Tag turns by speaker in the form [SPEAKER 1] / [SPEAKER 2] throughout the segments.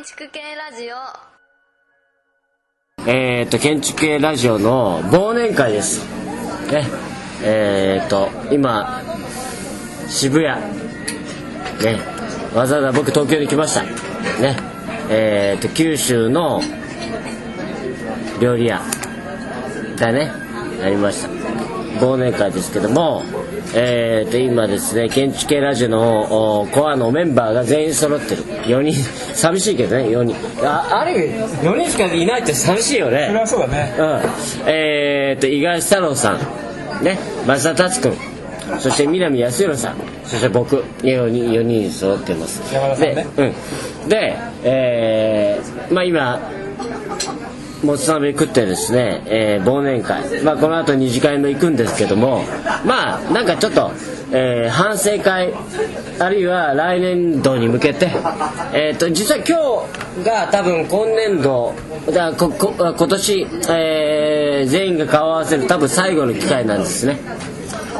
[SPEAKER 1] ラジオ
[SPEAKER 2] えー、っと建築系ラジオの忘年会ですねえー、っと今渋谷ねわざわざ僕東京に来ましたねえー、っと九州の料理屋だねやりました忘年会ですけどもえー、と今ですね建築系ラジオのおコアのメンバーが全員揃ってる4人 寂しいけどね4人あある意味4人しかいないって寂しいよね
[SPEAKER 3] それはそうだね
[SPEAKER 2] うん、えー、と五十嵐太郎さん、ね、増田達君そして南康弘さんそして僕4人 ,4 人揃ってます
[SPEAKER 3] 山田さんね
[SPEAKER 2] で,、うん、でえーまあ、今もつ鍋食ってですね、えー忘年会、まあ、この後二次会も行くんですけどもまあなんかちょっと、えー反省会あるいは来年度に向けて、えー、と実は今日が多分今年度だここ今年、えー全員が顔を合わせる多分最後の機会なんですね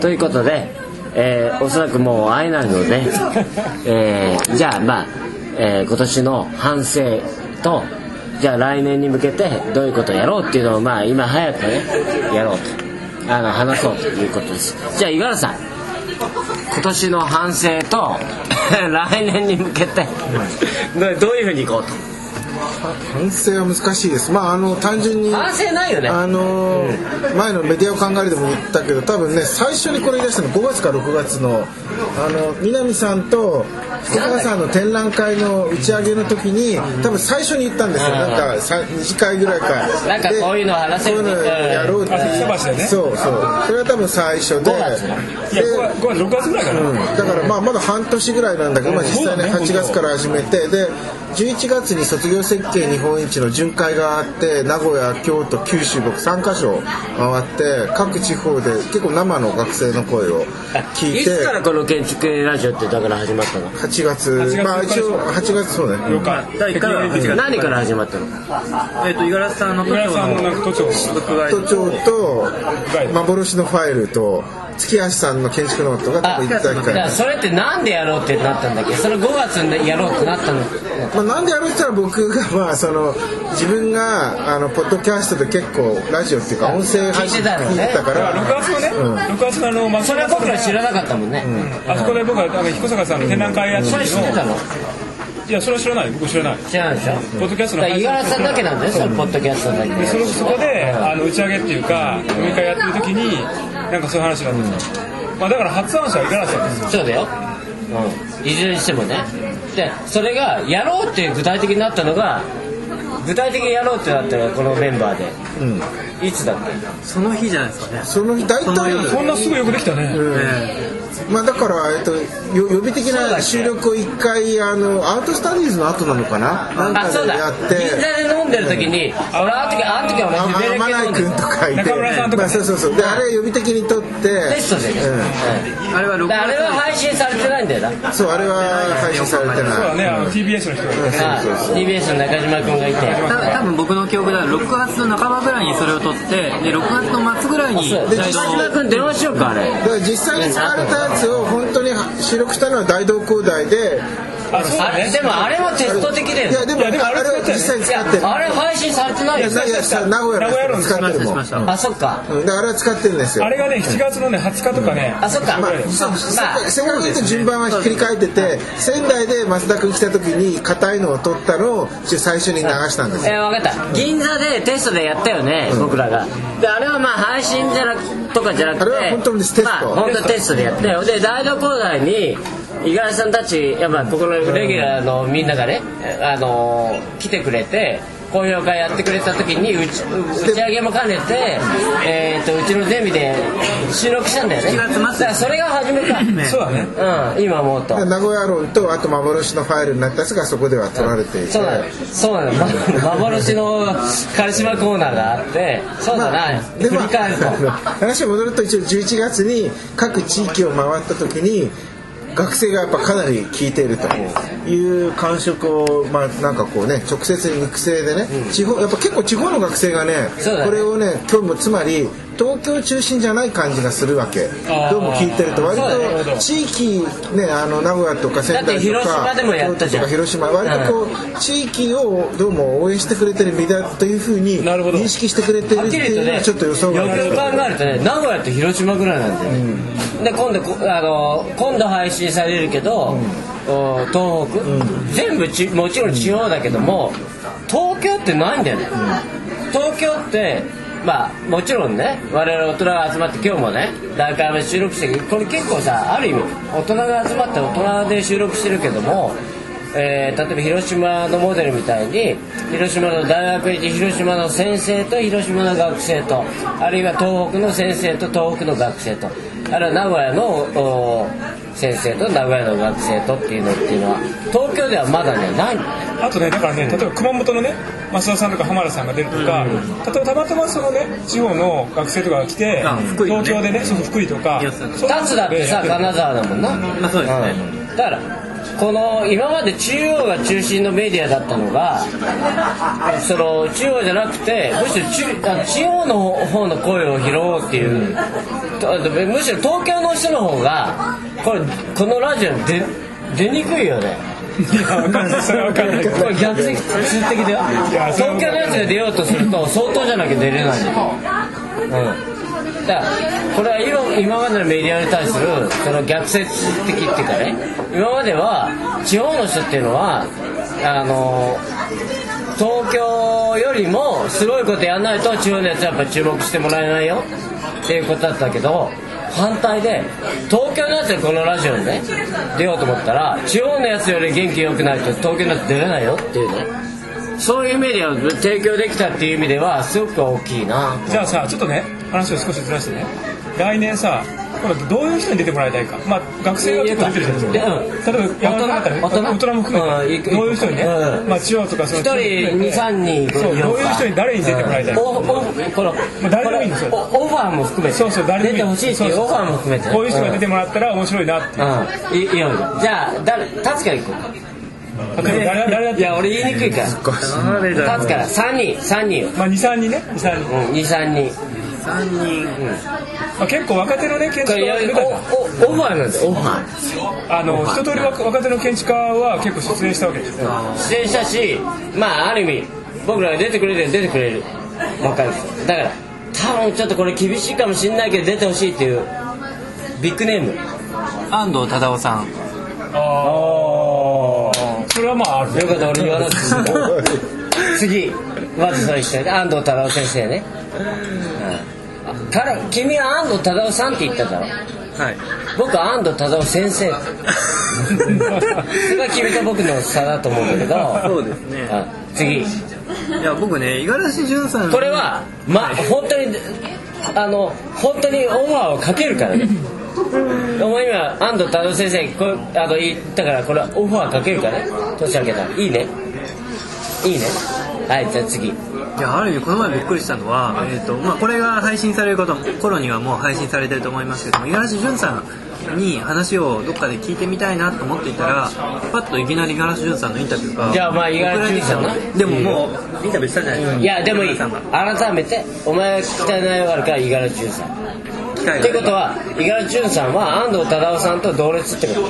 [SPEAKER 2] ということで、えーおそらくもう会えないので、えーじゃあまあ、えー今年の反省とじゃあ来年に向けてどういうことをやろうっていうのをまあ今早くねやろうとあの話そうということですじゃあ五十嵐さん今年の反省と 来年に向けてどどういうふうにいこうと
[SPEAKER 4] 反省は難しいですまああの単純に
[SPEAKER 2] 反省ないよね
[SPEAKER 4] あのー前のメディアを考えるでも言ったけど多分ね最初にこれ言い出したの5月か6月のあの南さんと福川さんの展覧会の打ち上げの時に多分最初に言ったんですよなんかさ2次会ぐらいか
[SPEAKER 2] なんか
[SPEAKER 4] で
[SPEAKER 2] こういうの話せ
[SPEAKER 4] そうい
[SPEAKER 2] る
[SPEAKER 4] う
[SPEAKER 2] と
[SPEAKER 4] のやろうっていう
[SPEAKER 3] あ先生橋でね
[SPEAKER 4] そうそうそれは多分最初で
[SPEAKER 2] 月
[SPEAKER 3] いや
[SPEAKER 4] で
[SPEAKER 3] これこれ6月ぐらいかな、
[SPEAKER 4] うんだからまあまだ半年ぐらいなんだけど、まあ、実際ね8月から始めてで11月に卒業設計日本一の巡回があって名古屋京都九州僕3カ所回って各地方で結構生の学生の声を聞い
[SPEAKER 2] い
[SPEAKER 4] て
[SPEAKER 2] つからこの建築系ラジオってだから始まったの
[SPEAKER 4] 8月まあ一応8月そうね
[SPEAKER 3] 4日
[SPEAKER 5] 第1回は8月
[SPEAKER 2] 何から始まったの
[SPEAKER 5] えっと五十嵐さんの都
[SPEAKER 3] 浦
[SPEAKER 5] 庁
[SPEAKER 3] 安さんのなん
[SPEAKER 5] の
[SPEAKER 3] か都庁
[SPEAKER 5] 独外
[SPEAKER 4] 都庁と幻のファイルと月橋さんの建築ノートが多分一体
[SPEAKER 2] だから
[SPEAKER 4] 会
[SPEAKER 2] それってなんでやろうってなったんだっけそれ5月にやろうってなったの
[SPEAKER 4] まあ、なんでやるって言ったら僕がまあその自分があのポッドキャストで結構ラジオっていうか音声配信
[SPEAKER 2] 聞いてたの
[SPEAKER 4] 聞い
[SPEAKER 2] ね
[SPEAKER 4] てた
[SPEAKER 3] だ
[SPEAKER 4] か
[SPEAKER 3] からら6月のね、
[SPEAKER 4] うん
[SPEAKER 3] 6月のあの松
[SPEAKER 2] それは僕ら知らなかったもんね、
[SPEAKER 3] あそこで僕はなんか彦坂さんの展覧会やって
[SPEAKER 2] それ知ってたの
[SPEAKER 3] いやそれは知らない僕知らない
[SPEAKER 2] 知らないでしょ
[SPEAKER 3] ポッドキャスト
[SPEAKER 2] だか
[SPEAKER 3] の
[SPEAKER 2] ら五十嵐さんだけなんだよそのポッドキャストだけ
[SPEAKER 3] でそのそこであの打ち上げっていうか飲み会やってる時になんかそういう話があったんですよ、まあ、だから初話は五十嵐さんですよ
[SPEAKER 2] そうだよ、うん、いずれにしてもねでそれがやろうって具体的になったのが具体的にやろうってなったのがこのメンバーで、いつだっけ
[SPEAKER 5] その日じゃないですかね
[SPEAKER 4] その日大
[SPEAKER 5] その
[SPEAKER 4] 体
[SPEAKER 5] 夜
[SPEAKER 3] こんなすぐよくできたね、
[SPEAKER 5] え
[SPEAKER 4] まあだから、えっと、よ予備的な収録を一回あのアウトスタディーズの後なのかななん
[SPEAKER 2] あそ
[SPEAKER 4] か
[SPEAKER 2] う
[SPEAKER 4] で
[SPEAKER 2] だ
[SPEAKER 4] やって
[SPEAKER 2] 銀座で飲んでる時に、俺あの時あの時は
[SPEAKER 4] あ
[SPEAKER 2] 俺
[SPEAKER 4] あ
[SPEAKER 2] 夢
[SPEAKER 4] 天
[SPEAKER 2] だけ飲
[SPEAKER 4] 内
[SPEAKER 2] んで
[SPEAKER 4] 君とかいて
[SPEAKER 3] 中村さんとか
[SPEAKER 4] まあ、そうそうそうであれ予備的に撮って
[SPEAKER 2] テストでね、
[SPEAKER 5] えあれは
[SPEAKER 2] う
[SPEAKER 5] 6
[SPEAKER 2] ん、だからあれは
[SPEAKER 5] 月
[SPEAKER 2] 配信されてないんだよな
[SPEAKER 4] うんそうあれは配信されて
[SPEAKER 3] そうだね
[SPEAKER 4] ない
[SPEAKER 3] あの TBS の人がいてね
[SPEAKER 2] あ TBS の中島君がいて
[SPEAKER 5] た多分僕の記憶では6月の半ばぐらいにそれを撮ってで6月の末ぐらいに
[SPEAKER 2] 中
[SPEAKER 5] 台
[SPEAKER 2] 島
[SPEAKER 5] の
[SPEAKER 2] 君電話しようかあれ
[SPEAKER 4] だから実際に使われたやつを本当に収録したのは大同工大で
[SPEAKER 3] あそう
[SPEAKER 2] あ
[SPEAKER 3] だ
[SPEAKER 2] れで
[SPEAKER 3] ね
[SPEAKER 2] もあれもテスト的だよ
[SPEAKER 4] いやでも
[SPEAKER 3] いやでも
[SPEAKER 4] あ
[SPEAKER 3] あれ
[SPEAKER 4] れは実際に使ってる
[SPEAKER 2] あれ配信されてない
[SPEAKER 4] い
[SPEAKER 2] よ
[SPEAKER 4] や
[SPEAKER 2] ね
[SPEAKER 4] いやさ名古屋のやつ使ってるもん、うん、だか
[SPEAKER 2] あそっから
[SPEAKER 4] あれは使ってるんですよ
[SPEAKER 3] あれがね7月のね20日とかね、
[SPEAKER 2] あそっかま
[SPEAKER 4] ま
[SPEAKER 2] あ
[SPEAKER 4] あ、そうせっかくせっかく言うと順番はひっくり返ってて仙台で増田君来た時に硬いのを取ったのを一応最初に流したんです
[SPEAKER 2] え
[SPEAKER 4] よ
[SPEAKER 2] ー、分かった銀座でテストでやったよね、僕らがであれはまあ配信じゃなくとかじゃなくて
[SPEAKER 4] あれは本当にテスト
[SPEAKER 2] まあ、本当にテストでやったよで大道講台に五十嵐さんたちやっぱここのレギュラーのみんながね、あのー来てくれて講演会やってくれた時に打ち打ち上げも兼ねて、えー、とうちのゼミで収録したんだよね
[SPEAKER 5] 7月末
[SPEAKER 2] だからそれが初めか、
[SPEAKER 5] ね
[SPEAKER 3] そうだね
[SPEAKER 2] うん、今思うと
[SPEAKER 4] 名古屋論とあと幻のファイルになったやつがそこでは取られていて
[SPEAKER 2] そうなの、そうなの、ま幻のカルシマコーナーがあって、そうだな、振り
[SPEAKER 4] でも
[SPEAKER 2] 返ると。
[SPEAKER 4] 話戻ると一応11月に各地域を回った時に学生がやっぱかなり効いているという感触をまあなんかこうね直接に育成でね地方やっぱ結構地方の学生がね
[SPEAKER 2] そうだね
[SPEAKER 4] これをね今日もつまり東京中心じゃない感じがするわけ
[SPEAKER 3] あー
[SPEAKER 4] どうも聞いてると割
[SPEAKER 2] そうだ
[SPEAKER 3] なるほ
[SPEAKER 4] と
[SPEAKER 3] ど
[SPEAKER 4] 地域ねあの名古屋とか仙
[SPEAKER 2] だっ
[SPEAKER 4] 台
[SPEAKER 2] て
[SPEAKER 4] と
[SPEAKER 2] 広
[SPEAKER 4] か
[SPEAKER 2] 島でもやったじゃん
[SPEAKER 4] 京都とか広島割とこう地域をどうも応援してくれてる身だというふうに
[SPEAKER 3] なるほど
[SPEAKER 4] 認識してくれてる
[SPEAKER 2] は
[SPEAKER 4] っ
[SPEAKER 2] ってきり
[SPEAKER 4] い
[SPEAKER 2] 言
[SPEAKER 4] う
[SPEAKER 2] う
[SPEAKER 4] の
[SPEAKER 2] と
[SPEAKER 4] は
[SPEAKER 2] ね
[SPEAKER 4] ちょっと予想が
[SPEAKER 2] よくよく考えるとね名古屋と広島ぐらいなんだよ、で今度こあの今度配信されるけど、お東北、全部ちもちろん地方だけども、東京ってないんだよね、東京ってまあもちろんね我々大人が集まって今日もね大会目収録してるこれ結構さある意味大人が集まって大人で収録してるけどもえー例えば広島のモデルみたいに広島の大学行って広島の先生と広島の学生とあるいは東北の先生と東北の学生とあるいは名古屋のお先生と名古屋の学生とっていうのっていうのは東京ではまだねないんだね
[SPEAKER 3] あとねだからね例えば熊本のね増田さんとか浜田さんが出るとか、例えばたまたまそのね地方の学生とかが来て、
[SPEAKER 5] あ福井ね
[SPEAKER 3] 東京でねそう福井とか
[SPEAKER 5] いやそう
[SPEAKER 3] そういう
[SPEAKER 2] 2つだってさ金沢だもんな、
[SPEAKER 5] まあそうですね、
[SPEAKER 2] だからこの今まで中央が中心のメディアだったのがその中央じゃなくてむしろ中あ地方の方の声を拾おうっていう、とあとむしろ東京の人の方がこれこのラジオに出出にくいよね
[SPEAKER 3] い やわかんないそれはわかんないけど
[SPEAKER 2] これ逆説的だよ
[SPEAKER 3] や
[SPEAKER 2] 東京のやつが出ようとすると相当じゃなきゃ出れないうんだからこれは今今までのメディアに対するその逆説的っていうかね今までは地方の人っていうのはあの東京よりもすごいことやらないと地方のやつはやっぱ注目してもらえないよっていうことだったけど反対で東京のやつでこのラジオにね出ようと思ったら地方のやつより元気良くないと東京のやつ出れないよっていうねそういうメディアを提供できたっていう意味ではすごく大きいな
[SPEAKER 3] じゃあさちょっとね話を少しずらしてね来年さ今度どういう人に出てもらいたいか、まあ、学生が結構出てるじゃないですか、
[SPEAKER 2] うん
[SPEAKER 3] 例えば山田だったらね
[SPEAKER 2] 大人
[SPEAKER 3] 大人も含
[SPEAKER 2] うんい
[SPEAKER 3] め
[SPEAKER 2] く
[SPEAKER 3] てどういう人にね、
[SPEAKER 2] うん
[SPEAKER 3] まあ、地方とかその
[SPEAKER 2] 一人二三人こ
[SPEAKER 3] そうどういう人に誰に出てもらいたいか
[SPEAKER 2] おおこの
[SPEAKER 3] まあ誰でもいいんですよ
[SPEAKER 2] このおオファーも含めて
[SPEAKER 3] そうそう誰でもい
[SPEAKER 2] 出てほしい
[SPEAKER 3] い
[SPEAKER 2] っていうオファーも含めてね
[SPEAKER 3] こういう人が出てもらったら面白いなって
[SPEAKER 2] うん、いいいよじゃあ誰立つから行こうか
[SPEAKER 3] 例えば誰誰だっ
[SPEAKER 2] い
[SPEAKER 3] て
[SPEAKER 2] や俺言いにくいから立
[SPEAKER 5] 誰
[SPEAKER 2] つ
[SPEAKER 5] だろう
[SPEAKER 2] から3人3人よ、
[SPEAKER 3] まあ、23人ね23人、
[SPEAKER 2] うん、23人
[SPEAKER 5] 3人
[SPEAKER 3] まあ、結構若手のね建
[SPEAKER 2] こ
[SPEAKER 3] 築
[SPEAKER 2] れい
[SPEAKER 3] 家
[SPEAKER 2] や
[SPEAKER 3] が出たじゃん
[SPEAKER 2] おおオファーなんですよオファー
[SPEAKER 3] あの一通り若若手の建築家は結構出演したわけでしょ
[SPEAKER 2] 出演したしまあある意味僕らが出てくれるより出てくれるわかるんですよだから多分ちょっとこれ厳しいかもしんないけど出てほしいっていうビッグネーム
[SPEAKER 5] 安藤忠夫さん
[SPEAKER 3] ああそれはまあある
[SPEAKER 2] よかった俺言わなくて済んだ次まずそれして安藤忠夫先生ね、うん、ただ君は安藤忠夫さんって言っただろ
[SPEAKER 5] はい
[SPEAKER 2] 僕は安藤忠夫先 生それが君と僕の差だと思うんだけど
[SPEAKER 5] そうですね
[SPEAKER 2] うん次
[SPEAKER 5] いや僕ね五十嵐潤さん
[SPEAKER 2] これはま本当にあの本当にオファーをかけるからねお前今安藤忠夫先生こうあの言ったからこれはオファーかけるからね年明けたらいいねいいねはいじゃあ次
[SPEAKER 5] いやある意味この前びっくりしたのは、えーとまあ、これが配信されること頃にはもう配信されてると思いますけども五十嵐潤さんに話をどっかで聞いてみたいなと思っていたらパッといきなり五十嵐潤さんのインタビューが
[SPEAKER 2] じゃあまあ五十嵐潤さんな
[SPEAKER 5] でももうインタビューしたじゃないですか
[SPEAKER 2] いやでもいい
[SPEAKER 5] 五十嵐さんが
[SPEAKER 2] 改めてお前が聞きたい内容があるから五十嵐潤さん
[SPEAKER 5] 機
[SPEAKER 2] っ
[SPEAKER 5] 会が
[SPEAKER 2] ていうことは五十嵐潤さんは安藤忠夫さんと同列ってことね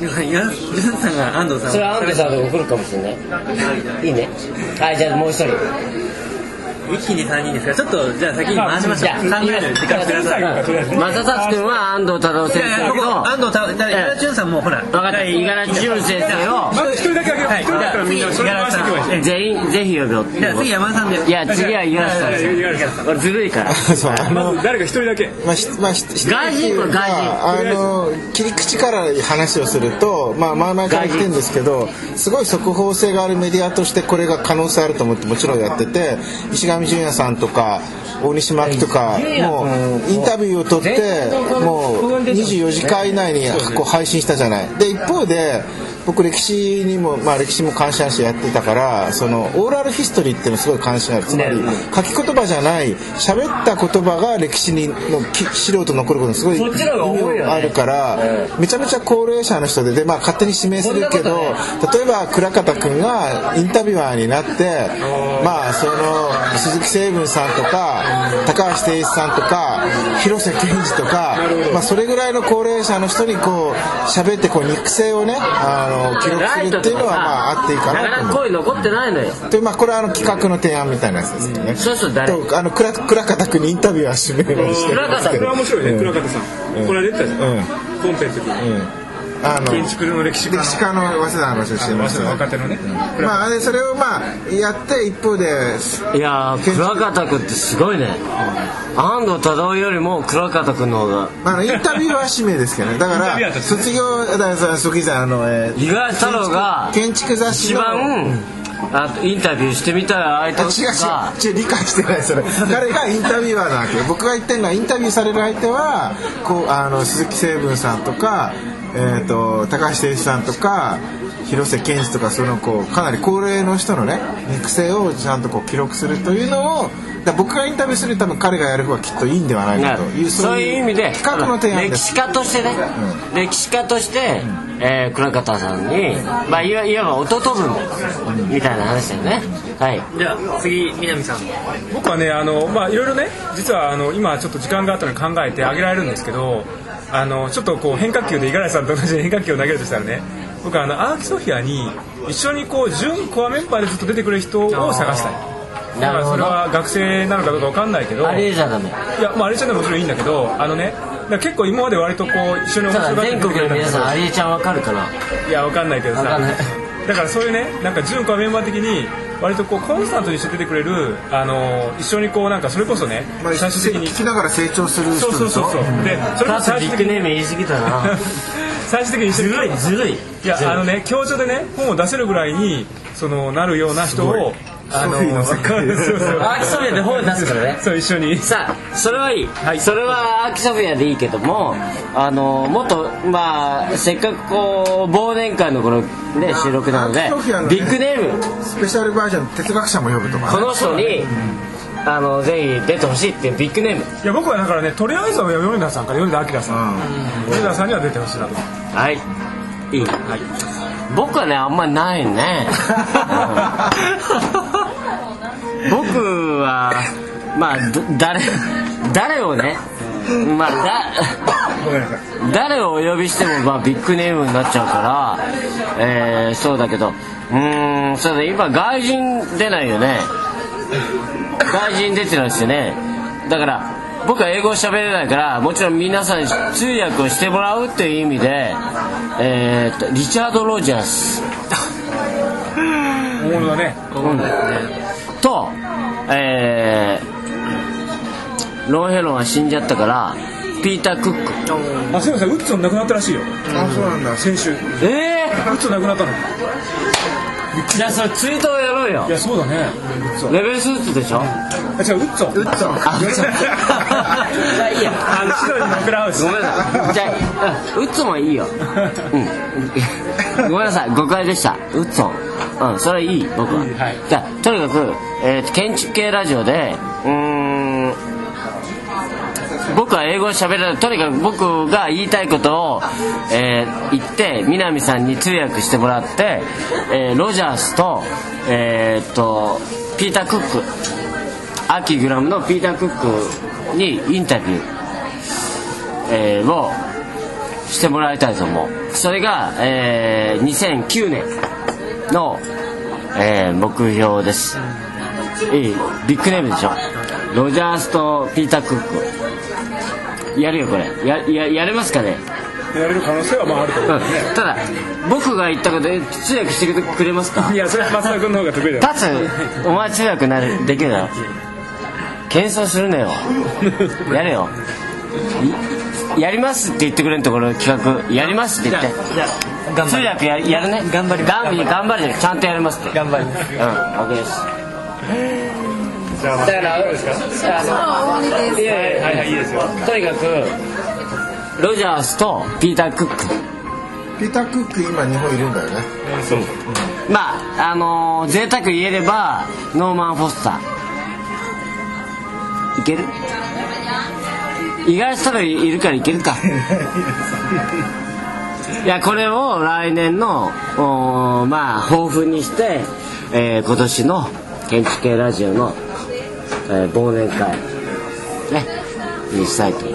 [SPEAKER 5] 五十嵐潤さんが安藤さんを
[SPEAKER 2] それは安藤さんと送るかもしれないいいねはいじゃあもう一人
[SPEAKER 5] 一気に3人ですからちょっとじゃあ先に回しましょう考える時間くださいいや
[SPEAKER 2] マササチ君は安藤忠夫先
[SPEAKER 5] いや
[SPEAKER 2] 生
[SPEAKER 5] 僕
[SPEAKER 2] と
[SPEAKER 5] 安藤た五十嵐潤さんもほら
[SPEAKER 2] 分
[SPEAKER 5] 分
[SPEAKER 2] かった五十嵐潤先生を
[SPEAKER 3] まず一人だけあげよう一人だからみんなそれ回していけばいい
[SPEAKER 2] 全員ぜひ呼ぶ
[SPEAKER 5] じゃあ次山田さんで
[SPEAKER 2] いや次は五十嵐さんです
[SPEAKER 3] いやいやいやいや
[SPEAKER 2] 俺ずるいから
[SPEAKER 4] そうあ
[SPEAKER 3] ま
[SPEAKER 4] の
[SPEAKER 3] ず誰か一人だけ
[SPEAKER 4] まあ、ひまあ、ひひ
[SPEAKER 2] 外人は外人
[SPEAKER 4] まああの切り口から話をすると、まあ、前々から言ってるんですけどすごい速報性があるメディアとしてこれが可能性あると思ってもちろんやってて石上淳也さんとか大西真紀とかもうインタビューを取ってもう24時間以内にこう配信したじゃない。で一方で僕歴史にも、まあ、歴史も関心してやってたからそのオーラルヒストリーっていうのすごい関心あるつまり
[SPEAKER 5] ね
[SPEAKER 4] 書き言葉じゃない喋った言葉が歴史にのき素人残ることにすごい
[SPEAKER 5] そっちの方が多いよ
[SPEAKER 4] 意
[SPEAKER 5] ね
[SPEAKER 4] 味があるからめちゃめちゃ高齢者の人でで、まあ、勝手に指名するけど
[SPEAKER 5] そんな
[SPEAKER 4] 例えば倉方君がインタビュアーになってまあその鈴木成文さんとか高橋誠一さんとか広瀬健二とか、まあ、それぐらいの高齢者の人にこう喋ってこう肉声をねあの記録
[SPEAKER 2] ラ
[SPEAKER 4] す
[SPEAKER 2] イ
[SPEAKER 4] る
[SPEAKER 2] ト
[SPEAKER 4] ってい
[SPEAKER 2] と
[SPEAKER 4] う
[SPEAKER 2] か
[SPEAKER 4] のはまああっていい
[SPEAKER 2] さ
[SPEAKER 4] か
[SPEAKER 2] なか
[SPEAKER 4] な
[SPEAKER 2] なか
[SPEAKER 4] と思う。
[SPEAKER 2] 声残ってないのよ
[SPEAKER 4] でまあ、これはあの企画の提案みたいなやつですよね。
[SPEAKER 2] そうそう誰
[SPEAKER 4] とあの倉倉方君にインタビューはしめるようにしてるんです
[SPEAKER 3] こ
[SPEAKER 4] け
[SPEAKER 3] れ
[SPEAKER 4] ど。
[SPEAKER 3] は面白いね、倉方さん、これは出てたじゃん、
[SPEAKER 4] うん
[SPEAKER 3] コンペの時に、
[SPEAKER 4] うんあの
[SPEAKER 3] 建築の歴史家の
[SPEAKER 4] 歴史家の早稲田の話をして
[SPEAKER 3] 早
[SPEAKER 4] まし
[SPEAKER 3] 稲田
[SPEAKER 4] た
[SPEAKER 3] 若手のね、
[SPEAKER 4] まあ、でそれをまあやって一方で
[SPEAKER 2] いやー倉方君ってすごいね安藤忠雄よりも倉方君の方が
[SPEAKER 4] まああのインタビューは指名ですけどねだか
[SPEAKER 3] インタビュアー
[SPEAKER 4] ら
[SPEAKER 3] としてね
[SPEAKER 4] 卒業だからその卒業じゃないあの、えー
[SPEAKER 2] 五十嵐太郎が
[SPEAKER 4] 建築雑誌
[SPEAKER 2] 一
[SPEAKER 4] の
[SPEAKER 2] 番あとインタビューしてみたら相
[SPEAKER 4] あ違
[SPEAKER 2] 手が
[SPEAKER 4] う違う違う理解してない それ彼がインタビュアーなわけよ僕が言ってるのはインタビューされる相手はこうあの鈴木成文さんとか、えー、と高橋誠一さんとか広瀬健二とかそのこうかなり高齢の人のね肉声をちゃんとこう記録するというのをだから僕がインタビューするより多分彼がやる方がきっといいんではないかという、
[SPEAKER 2] ねそういう意味で
[SPEAKER 4] 企画の提案で
[SPEAKER 2] 歴
[SPEAKER 4] す
[SPEAKER 2] 史家としてね、歴史家として、えー倉方さんに、まあ、いわいわば弟分みたいな話だよね、はい
[SPEAKER 5] じゃあ次南さん
[SPEAKER 3] 僕はねあの、まあ、いろいろね実はあの今ちょっと時間があったので考えてあげられるんですけどあのちょっとこう変化球で五十嵐さんと同じ 変化球を投げるとしたらね僕はあのアーキソフィアに一緒にこう準コアメンバーでずっと出てくる人を探したい
[SPEAKER 2] な
[SPEAKER 3] だ
[SPEAKER 2] る
[SPEAKER 3] からそ
[SPEAKER 2] ほ
[SPEAKER 3] れ
[SPEAKER 2] ど
[SPEAKER 3] は学生なのかどうかわかんないけど
[SPEAKER 2] あれじゃダメ
[SPEAKER 3] いや、まあ、あれちゃんでももちろんいいんだけどあのねだから結構今まで割とこう一緒に面
[SPEAKER 2] た
[SPEAKER 3] 白
[SPEAKER 2] だ
[SPEAKER 3] がって
[SPEAKER 2] 全
[SPEAKER 3] く
[SPEAKER 2] 国
[SPEAKER 3] れて
[SPEAKER 2] の
[SPEAKER 3] たんだ
[SPEAKER 2] 皆
[SPEAKER 3] け
[SPEAKER 2] さ
[SPEAKER 3] ど
[SPEAKER 2] んありえちゃんわかるかない
[SPEAKER 3] やわかんないけどさ
[SPEAKER 2] わかんない
[SPEAKER 3] だからそういうねなんか純子はメンバー的に割とこうコンスタントにして出てくれるあの一緒にこうなんかそれこそね
[SPEAKER 4] まあ
[SPEAKER 3] 最終的に
[SPEAKER 4] 聞きながら成長する人でし
[SPEAKER 3] そ
[SPEAKER 4] ょ
[SPEAKER 3] うそうそうそうでそれ
[SPEAKER 2] か
[SPEAKER 3] も
[SPEAKER 2] つ
[SPEAKER 3] 最
[SPEAKER 2] ビ
[SPEAKER 3] 終
[SPEAKER 2] ッ
[SPEAKER 3] 的
[SPEAKER 2] グ
[SPEAKER 3] に
[SPEAKER 2] ネーム言い過ぎたな
[SPEAKER 3] 最終的に一緒
[SPEAKER 2] ずるい
[SPEAKER 3] に
[SPEAKER 2] ずるい
[SPEAKER 3] いやあのね教授でね本を出せるぐらいにそのなるような人をあの
[SPEAKER 4] ソフィーの世界で
[SPEAKER 3] そうそう
[SPEAKER 2] アーキソフィアで本を出すからね
[SPEAKER 3] そう一緒に
[SPEAKER 2] さあそれはいい、それはアーキソフィアでいいけどもあのもっとまあせっかくこう忘年会のこのね収録なので
[SPEAKER 4] アーキソフィアのね
[SPEAKER 2] ビッグネーム
[SPEAKER 4] スペシャルバージョン哲学者も呼ぶとかね、
[SPEAKER 2] この人にあのぜひ出てほしいっていうビッグネーム
[SPEAKER 3] いや僕はだからねとりあえずは米田さんから米田明さん
[SPEAKER 4] うん
[SPEAKER 3] 米田さんには出てほしいなと
[SPEAKER 2] はいいい、僕はねあんまりないね、うん僕はまあど誰誰をねまあだ
[SPEAKER 4] ごめんなさい
[SPEAKER 2] 誰をお呼びしても、まあ、ビッグネームになっちゃうから、えー、そうだけどうーんそうだ今外人出ないよね外人出てないですよねだから僕は英語喋れないからもちろん皆さんに通訳をしてもらうっていう意味で、えー、とリチャード・ロジャース、
[SPEAKER 3] 本物だね
[SPEAKER 2] うんと、えー、ロンヘロンは死んじゃったからピーター・クック
[SPEAKER 3] あすいませんウッツォン亡くなったらしいよ
[SPEAKER 4] あそうなんだ
[SPEAKER 3] 先週ウッ
[SPEAKER 2] ええ
[SPEAKER 3] ツォン亡くなったの
[SPEAKER 2] ー、じゃあそれツイートをやろうよ
[SPEAKER 3] いやそうだねウッツォン
[SPEAKER 2] レベルスーツでしょ
[SPEAKER 3] あ違うウッツォンウッツォン
[SPEAKER 2] あじゃあいいや
[SPEAKER 3] あの白いのクラウス
[SPEAKER 2] ごめんなさいじゃあうんウッツォンはいいようんごめんなさい誤解でしたウッツォンうんそれはいい僕は、
[SPEAKER 3] はい
[SPEAKER 2] じゃあとにかく、えーと建築系ラジオでうーん僕は英語を喋れないとにかく僕が言いたいことを、えー言って南さんに通訳してもらって、えーロジャースと,、えーっとピーター・クックアーキーグラムのピーター・クックにインタビュー、えーをしてもらいたいと思うそれが、えー2009年の、えー目標ですいいビッグネームでしょロジャースとピーター・クックやるよこれやややれますかね、
[SPEAKER 3] やれる可能性はまああると
[SPEAKER 2] う
[SPEAKER 3] 思
[SPEAKER 2] ん
[SPEAKER 3] うね、
[SPEAKER 2] ただ僕が言ったことえ通訳してくれますか
[SPEAKER 3] いやそれは松田君の方が得意だよ
[SPEAKER 2] 立つお前通訳なるできるだろ謙遜するなよやれよいやりますって言ってくれるところ企画やりますって言って
[SPEAKER 5] じゃあ頑
[SPEAKER 2] 通
[SPEAKER 5] 張
[SPEAKER 2] 訳ややるね
[SPEAKER 5] 頑張ります
[SPEAKER 2] 頑張り頑張りじゃないちゃんとやりますって
[SPEAKER 5] 頑張り
[SPEAKER 2] うん OK ですだからあのいやいや
[SPEAKER 3] いはいいいですよ
[SPEAKER 2] とにかくロジャースとピーター・クック
[SPEAKER 4] ピーター・クック今日本いるんだよね
[SPEAKER 3] そう
[SPEAKER 2] まああのー、贅沢言えればノーマン・フォスターいける五十嵐太郎いるからいけるかいやこれを来年のおーまあ抱負にして、えー今年の建築系ラジオの、えー忘年会ねにしたいと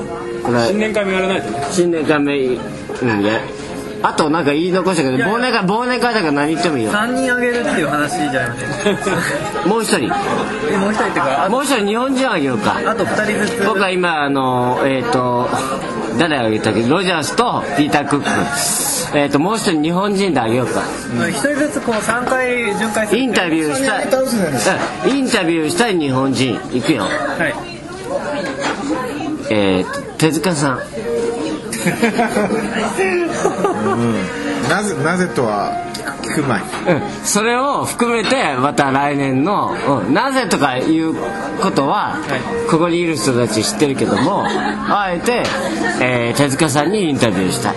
[SPEAKER 2] これ
[SPEAKER 3] 新年会もやらないとね
[SPEAKER 2] 新年会目うんねあとなんか言い残したけど忘年会忘年会だから何言ってもいいよ
[SPEAKER 5] 3人あげるっていう話じゃなくて
[SPEAKER 2] もう一人
[SPEAKER 5] えもう一人っていうかあ
[SPEAKER 2] もう一人日本人あげようか
[SPEAKER 5] あと2人ずつ
[SPEAKER 2] 僕は今あのえっ、と誰あげたっけロジャースとピーター・クックえっ、ともう一人日本人であげようか
[SPEAKER 5] うん一人ずつこう3回巡回する
[SPEAKER 2] インタビューしたい
[SPEAKER 4] 倒すね
[SPEAKER 2] うんインタビューしたい日本人いくよ
[SPEAKER 5] はい
[SPEAKER 2] えっ、と手塚さん
[SPEAKER 4] なぜなぜとは聞く聞くまい
[SPEAKER 2] うんそれを含めてまた来年の、うんなぜとかいうことは、ここにいる人たち知ってるけどもあえて、えー手塚さんにインタビューした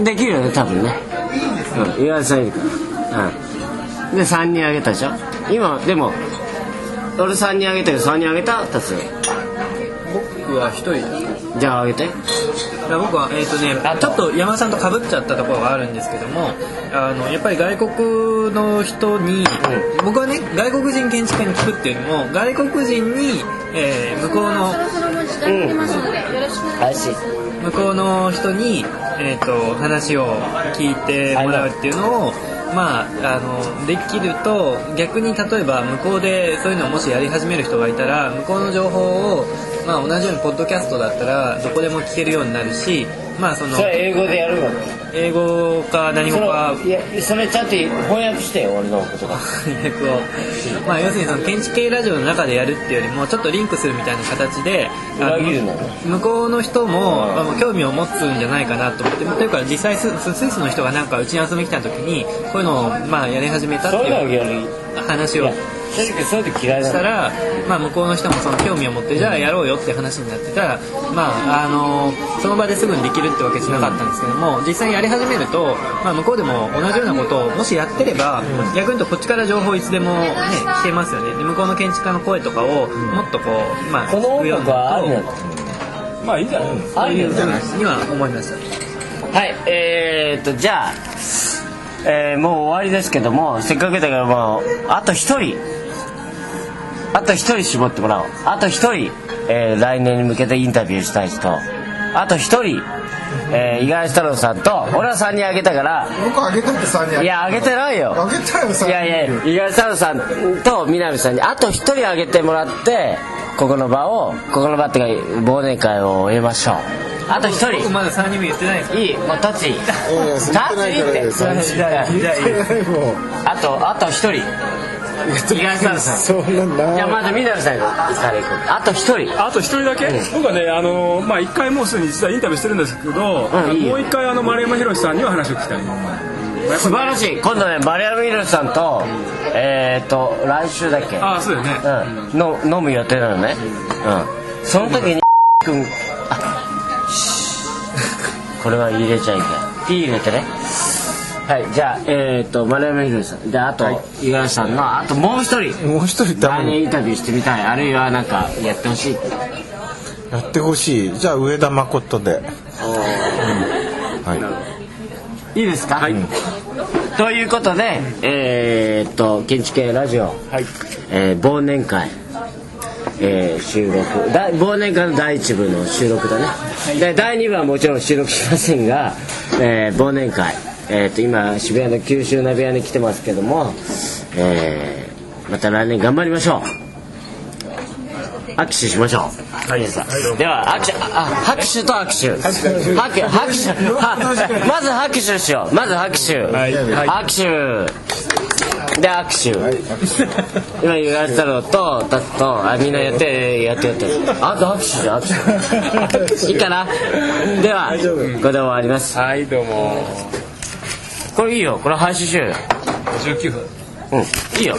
[SPEAKER 2] いできるよね多分ねうん岩井さんいるから、うん、で3人あげたでしょ今でも俺3人あげたけど3人あげた達
[SPEAKER 5] 僕は1人です
[SPEAKER 2] じゃああげて
[SPEAKER 5] いや僕は、えーとね、ちょっと山田さんとかぶっちゃったところがあるんですけどもあのやっぱり外国の人に、僕はね外国人建築家に聞くっていうよりも外国人に、えー向こうの
[SPEAKER 2] 怪しい
[SPEAKER 5] 向こうの人に、えー、と話を聞いてもらうっていうのを、まあ、あのできると逆に例えば向こうでそういうのをもしやり始める人がいたら向こうの情報を、まあ、同じようにポッドキャストだったらどこでも聞けるようになるし、まあ、その
[SPEAKER 2] それ英語でやるの
[SPEAKER 5] 英語か何語か
[SPEAKER 2] それいやそれちゃんと翻訳してよ俺のことが
[SPEAKER 5] 役を、 まあ、要するにその建築系ラジオの中でやるっていうよりもちょっとリンクするみたいな形であの
[SPEAKER 2] 裏切るの
[SPEAKER 5] 向こうの人も、まあもう興味を持つんじゃないかなと思ってというか実際ススイスの人がなんかうちに遊びに来た時にこういうのをまあやり始めたって
[SPEAKER 2] そういうの
[SPEAKER 5] いう
[SPEAKER 2] やる
[SPEAKER 5] 話
[SPEAKER 2] い
[SPEAKER 5] を
[SPEAKER 2] や正直そういうの嫌い
[SPEAKER 5] し
[SPEAKER 2] な
[SPEAKER 5] た
[SPEAKER 2] の
[SPEAKER 5] ら、まあ、向こうの人もその興味を持ってじゃあやろうよって話になってたら、まああのその場ですぐにできるってわけじゃなかったんですけども実際にやり始めると、まあ、向こうでも同じようなことをもしやってれば、逆に言うとこっちから情報いつでも、ね、聞けますよねで向こうの建築家の声とかをもっとこう、まあ、
[SPEAKER 2] この
[SPEAKER 5] 聞く
[SPEAKER 2] 音
[SPEAKER 5] ように
[SPEAKER 2] 楽はあるの
[SPEAKER 3] まあいいんじゃないうん
[SPEAKER 2] あるの
[SPEAKER 5] には思いました
[SPEAKER 2] はいえー、っとじゃあ、えーもう終わりですけどもせっかくだからもうあと一人あと一人絞ってもらおうあと一人、えー来年に向けてインタビューしたい人あと一人、えー、五十嵐太郎さんと俺は3人あげたから
[SPEAKER 4] 僕あげたって3人
[SPEAKER 2] いやあげてないよ
[SPEAKER 4] あげたよ3人
[SPEAKER 2] いやいや五十嵐太郎さんと南さんにあと一人あげてもらってここの場をここの場っていうか忘年会を終えましょうあと一人
[SPEAKER 5] 僕まだ3人も言ってないです
[SPEAKER 2] いいもうタッチいい
[SPEAKER 4] いやいや言って
[SPEAKER 2] タッチいいって
[SPEAKER 4] ないから
[SPEAKER 5] じゃあじゃあいい
[SPEAKER 4] もう
[SPEAKER 2] あとあと一人五十嵐太郎さん
[SPEAKER 4] そんなん
[SPEAKER 2] いや
[SPEAKER 4] な
[SPEAKER 2] まず南さんから行こうあと一人
[SPEAKER 3] あと一人だけ、僕はね、あのまあ、1回もうすでに実はインタビューしてるんですけど、
[SPEAKER 2] うんいいよ
[SPEAKER 3] もう1回あの丸山宏さんには話を聞きたい、
[SPEAKER 2] 素晴らしい今度ね丸山宏さんとえっ、ー、と来週だっけ
[SPEAKER 3] ああそうだよね、
[SPEAKER 2] うん、の飲む予定なのね、うん、その時に君あこれは入れちゃいけないピー入れてねはいじゃあえっ、ー、と丸山宏さんであと五十嵐さんのあともう一人
[SPEAKER 4] もう一人
[SPEAKER 2] 来
[SPEAKER 4] 誰
[SPEAKER 2] 年イ
[SPEAKER 4] に
[SPEAKER 2] ンタビューしてみたいあるいはなんかやってほしい
[SPEAKER 4] やってほしいじゃあ上田誠で、うんはい
[SPEAKER 2] いいですか、はい、ということで、えーっと建築系ラジオ、えー忘年会、えー収録だ忘年会の第1部の収録だね、で第2部はもちろん収録しませんが、えー忘年会、えーっと今渋谷の九州鍋屋に来てますけども、えーまた来年頑張りましょう握手しましょう。はい、では、握手、あ、拍手と握手。拍手、拍 手、はまず拍手しようまず拍手、
[SPEAKER 3] いはい
[SPEAKER 2] 拍手で握手、今言われたのとタツとあみんなやってやってやってあと握手じゃん握手いいかなではこれで終わります
[SPEAKER 3] はいどうも
[SPEAKER 2] これいいよこれ配信しようよ
[SPEAKER 3] 19分
[SPEAKER 2] うんいいよ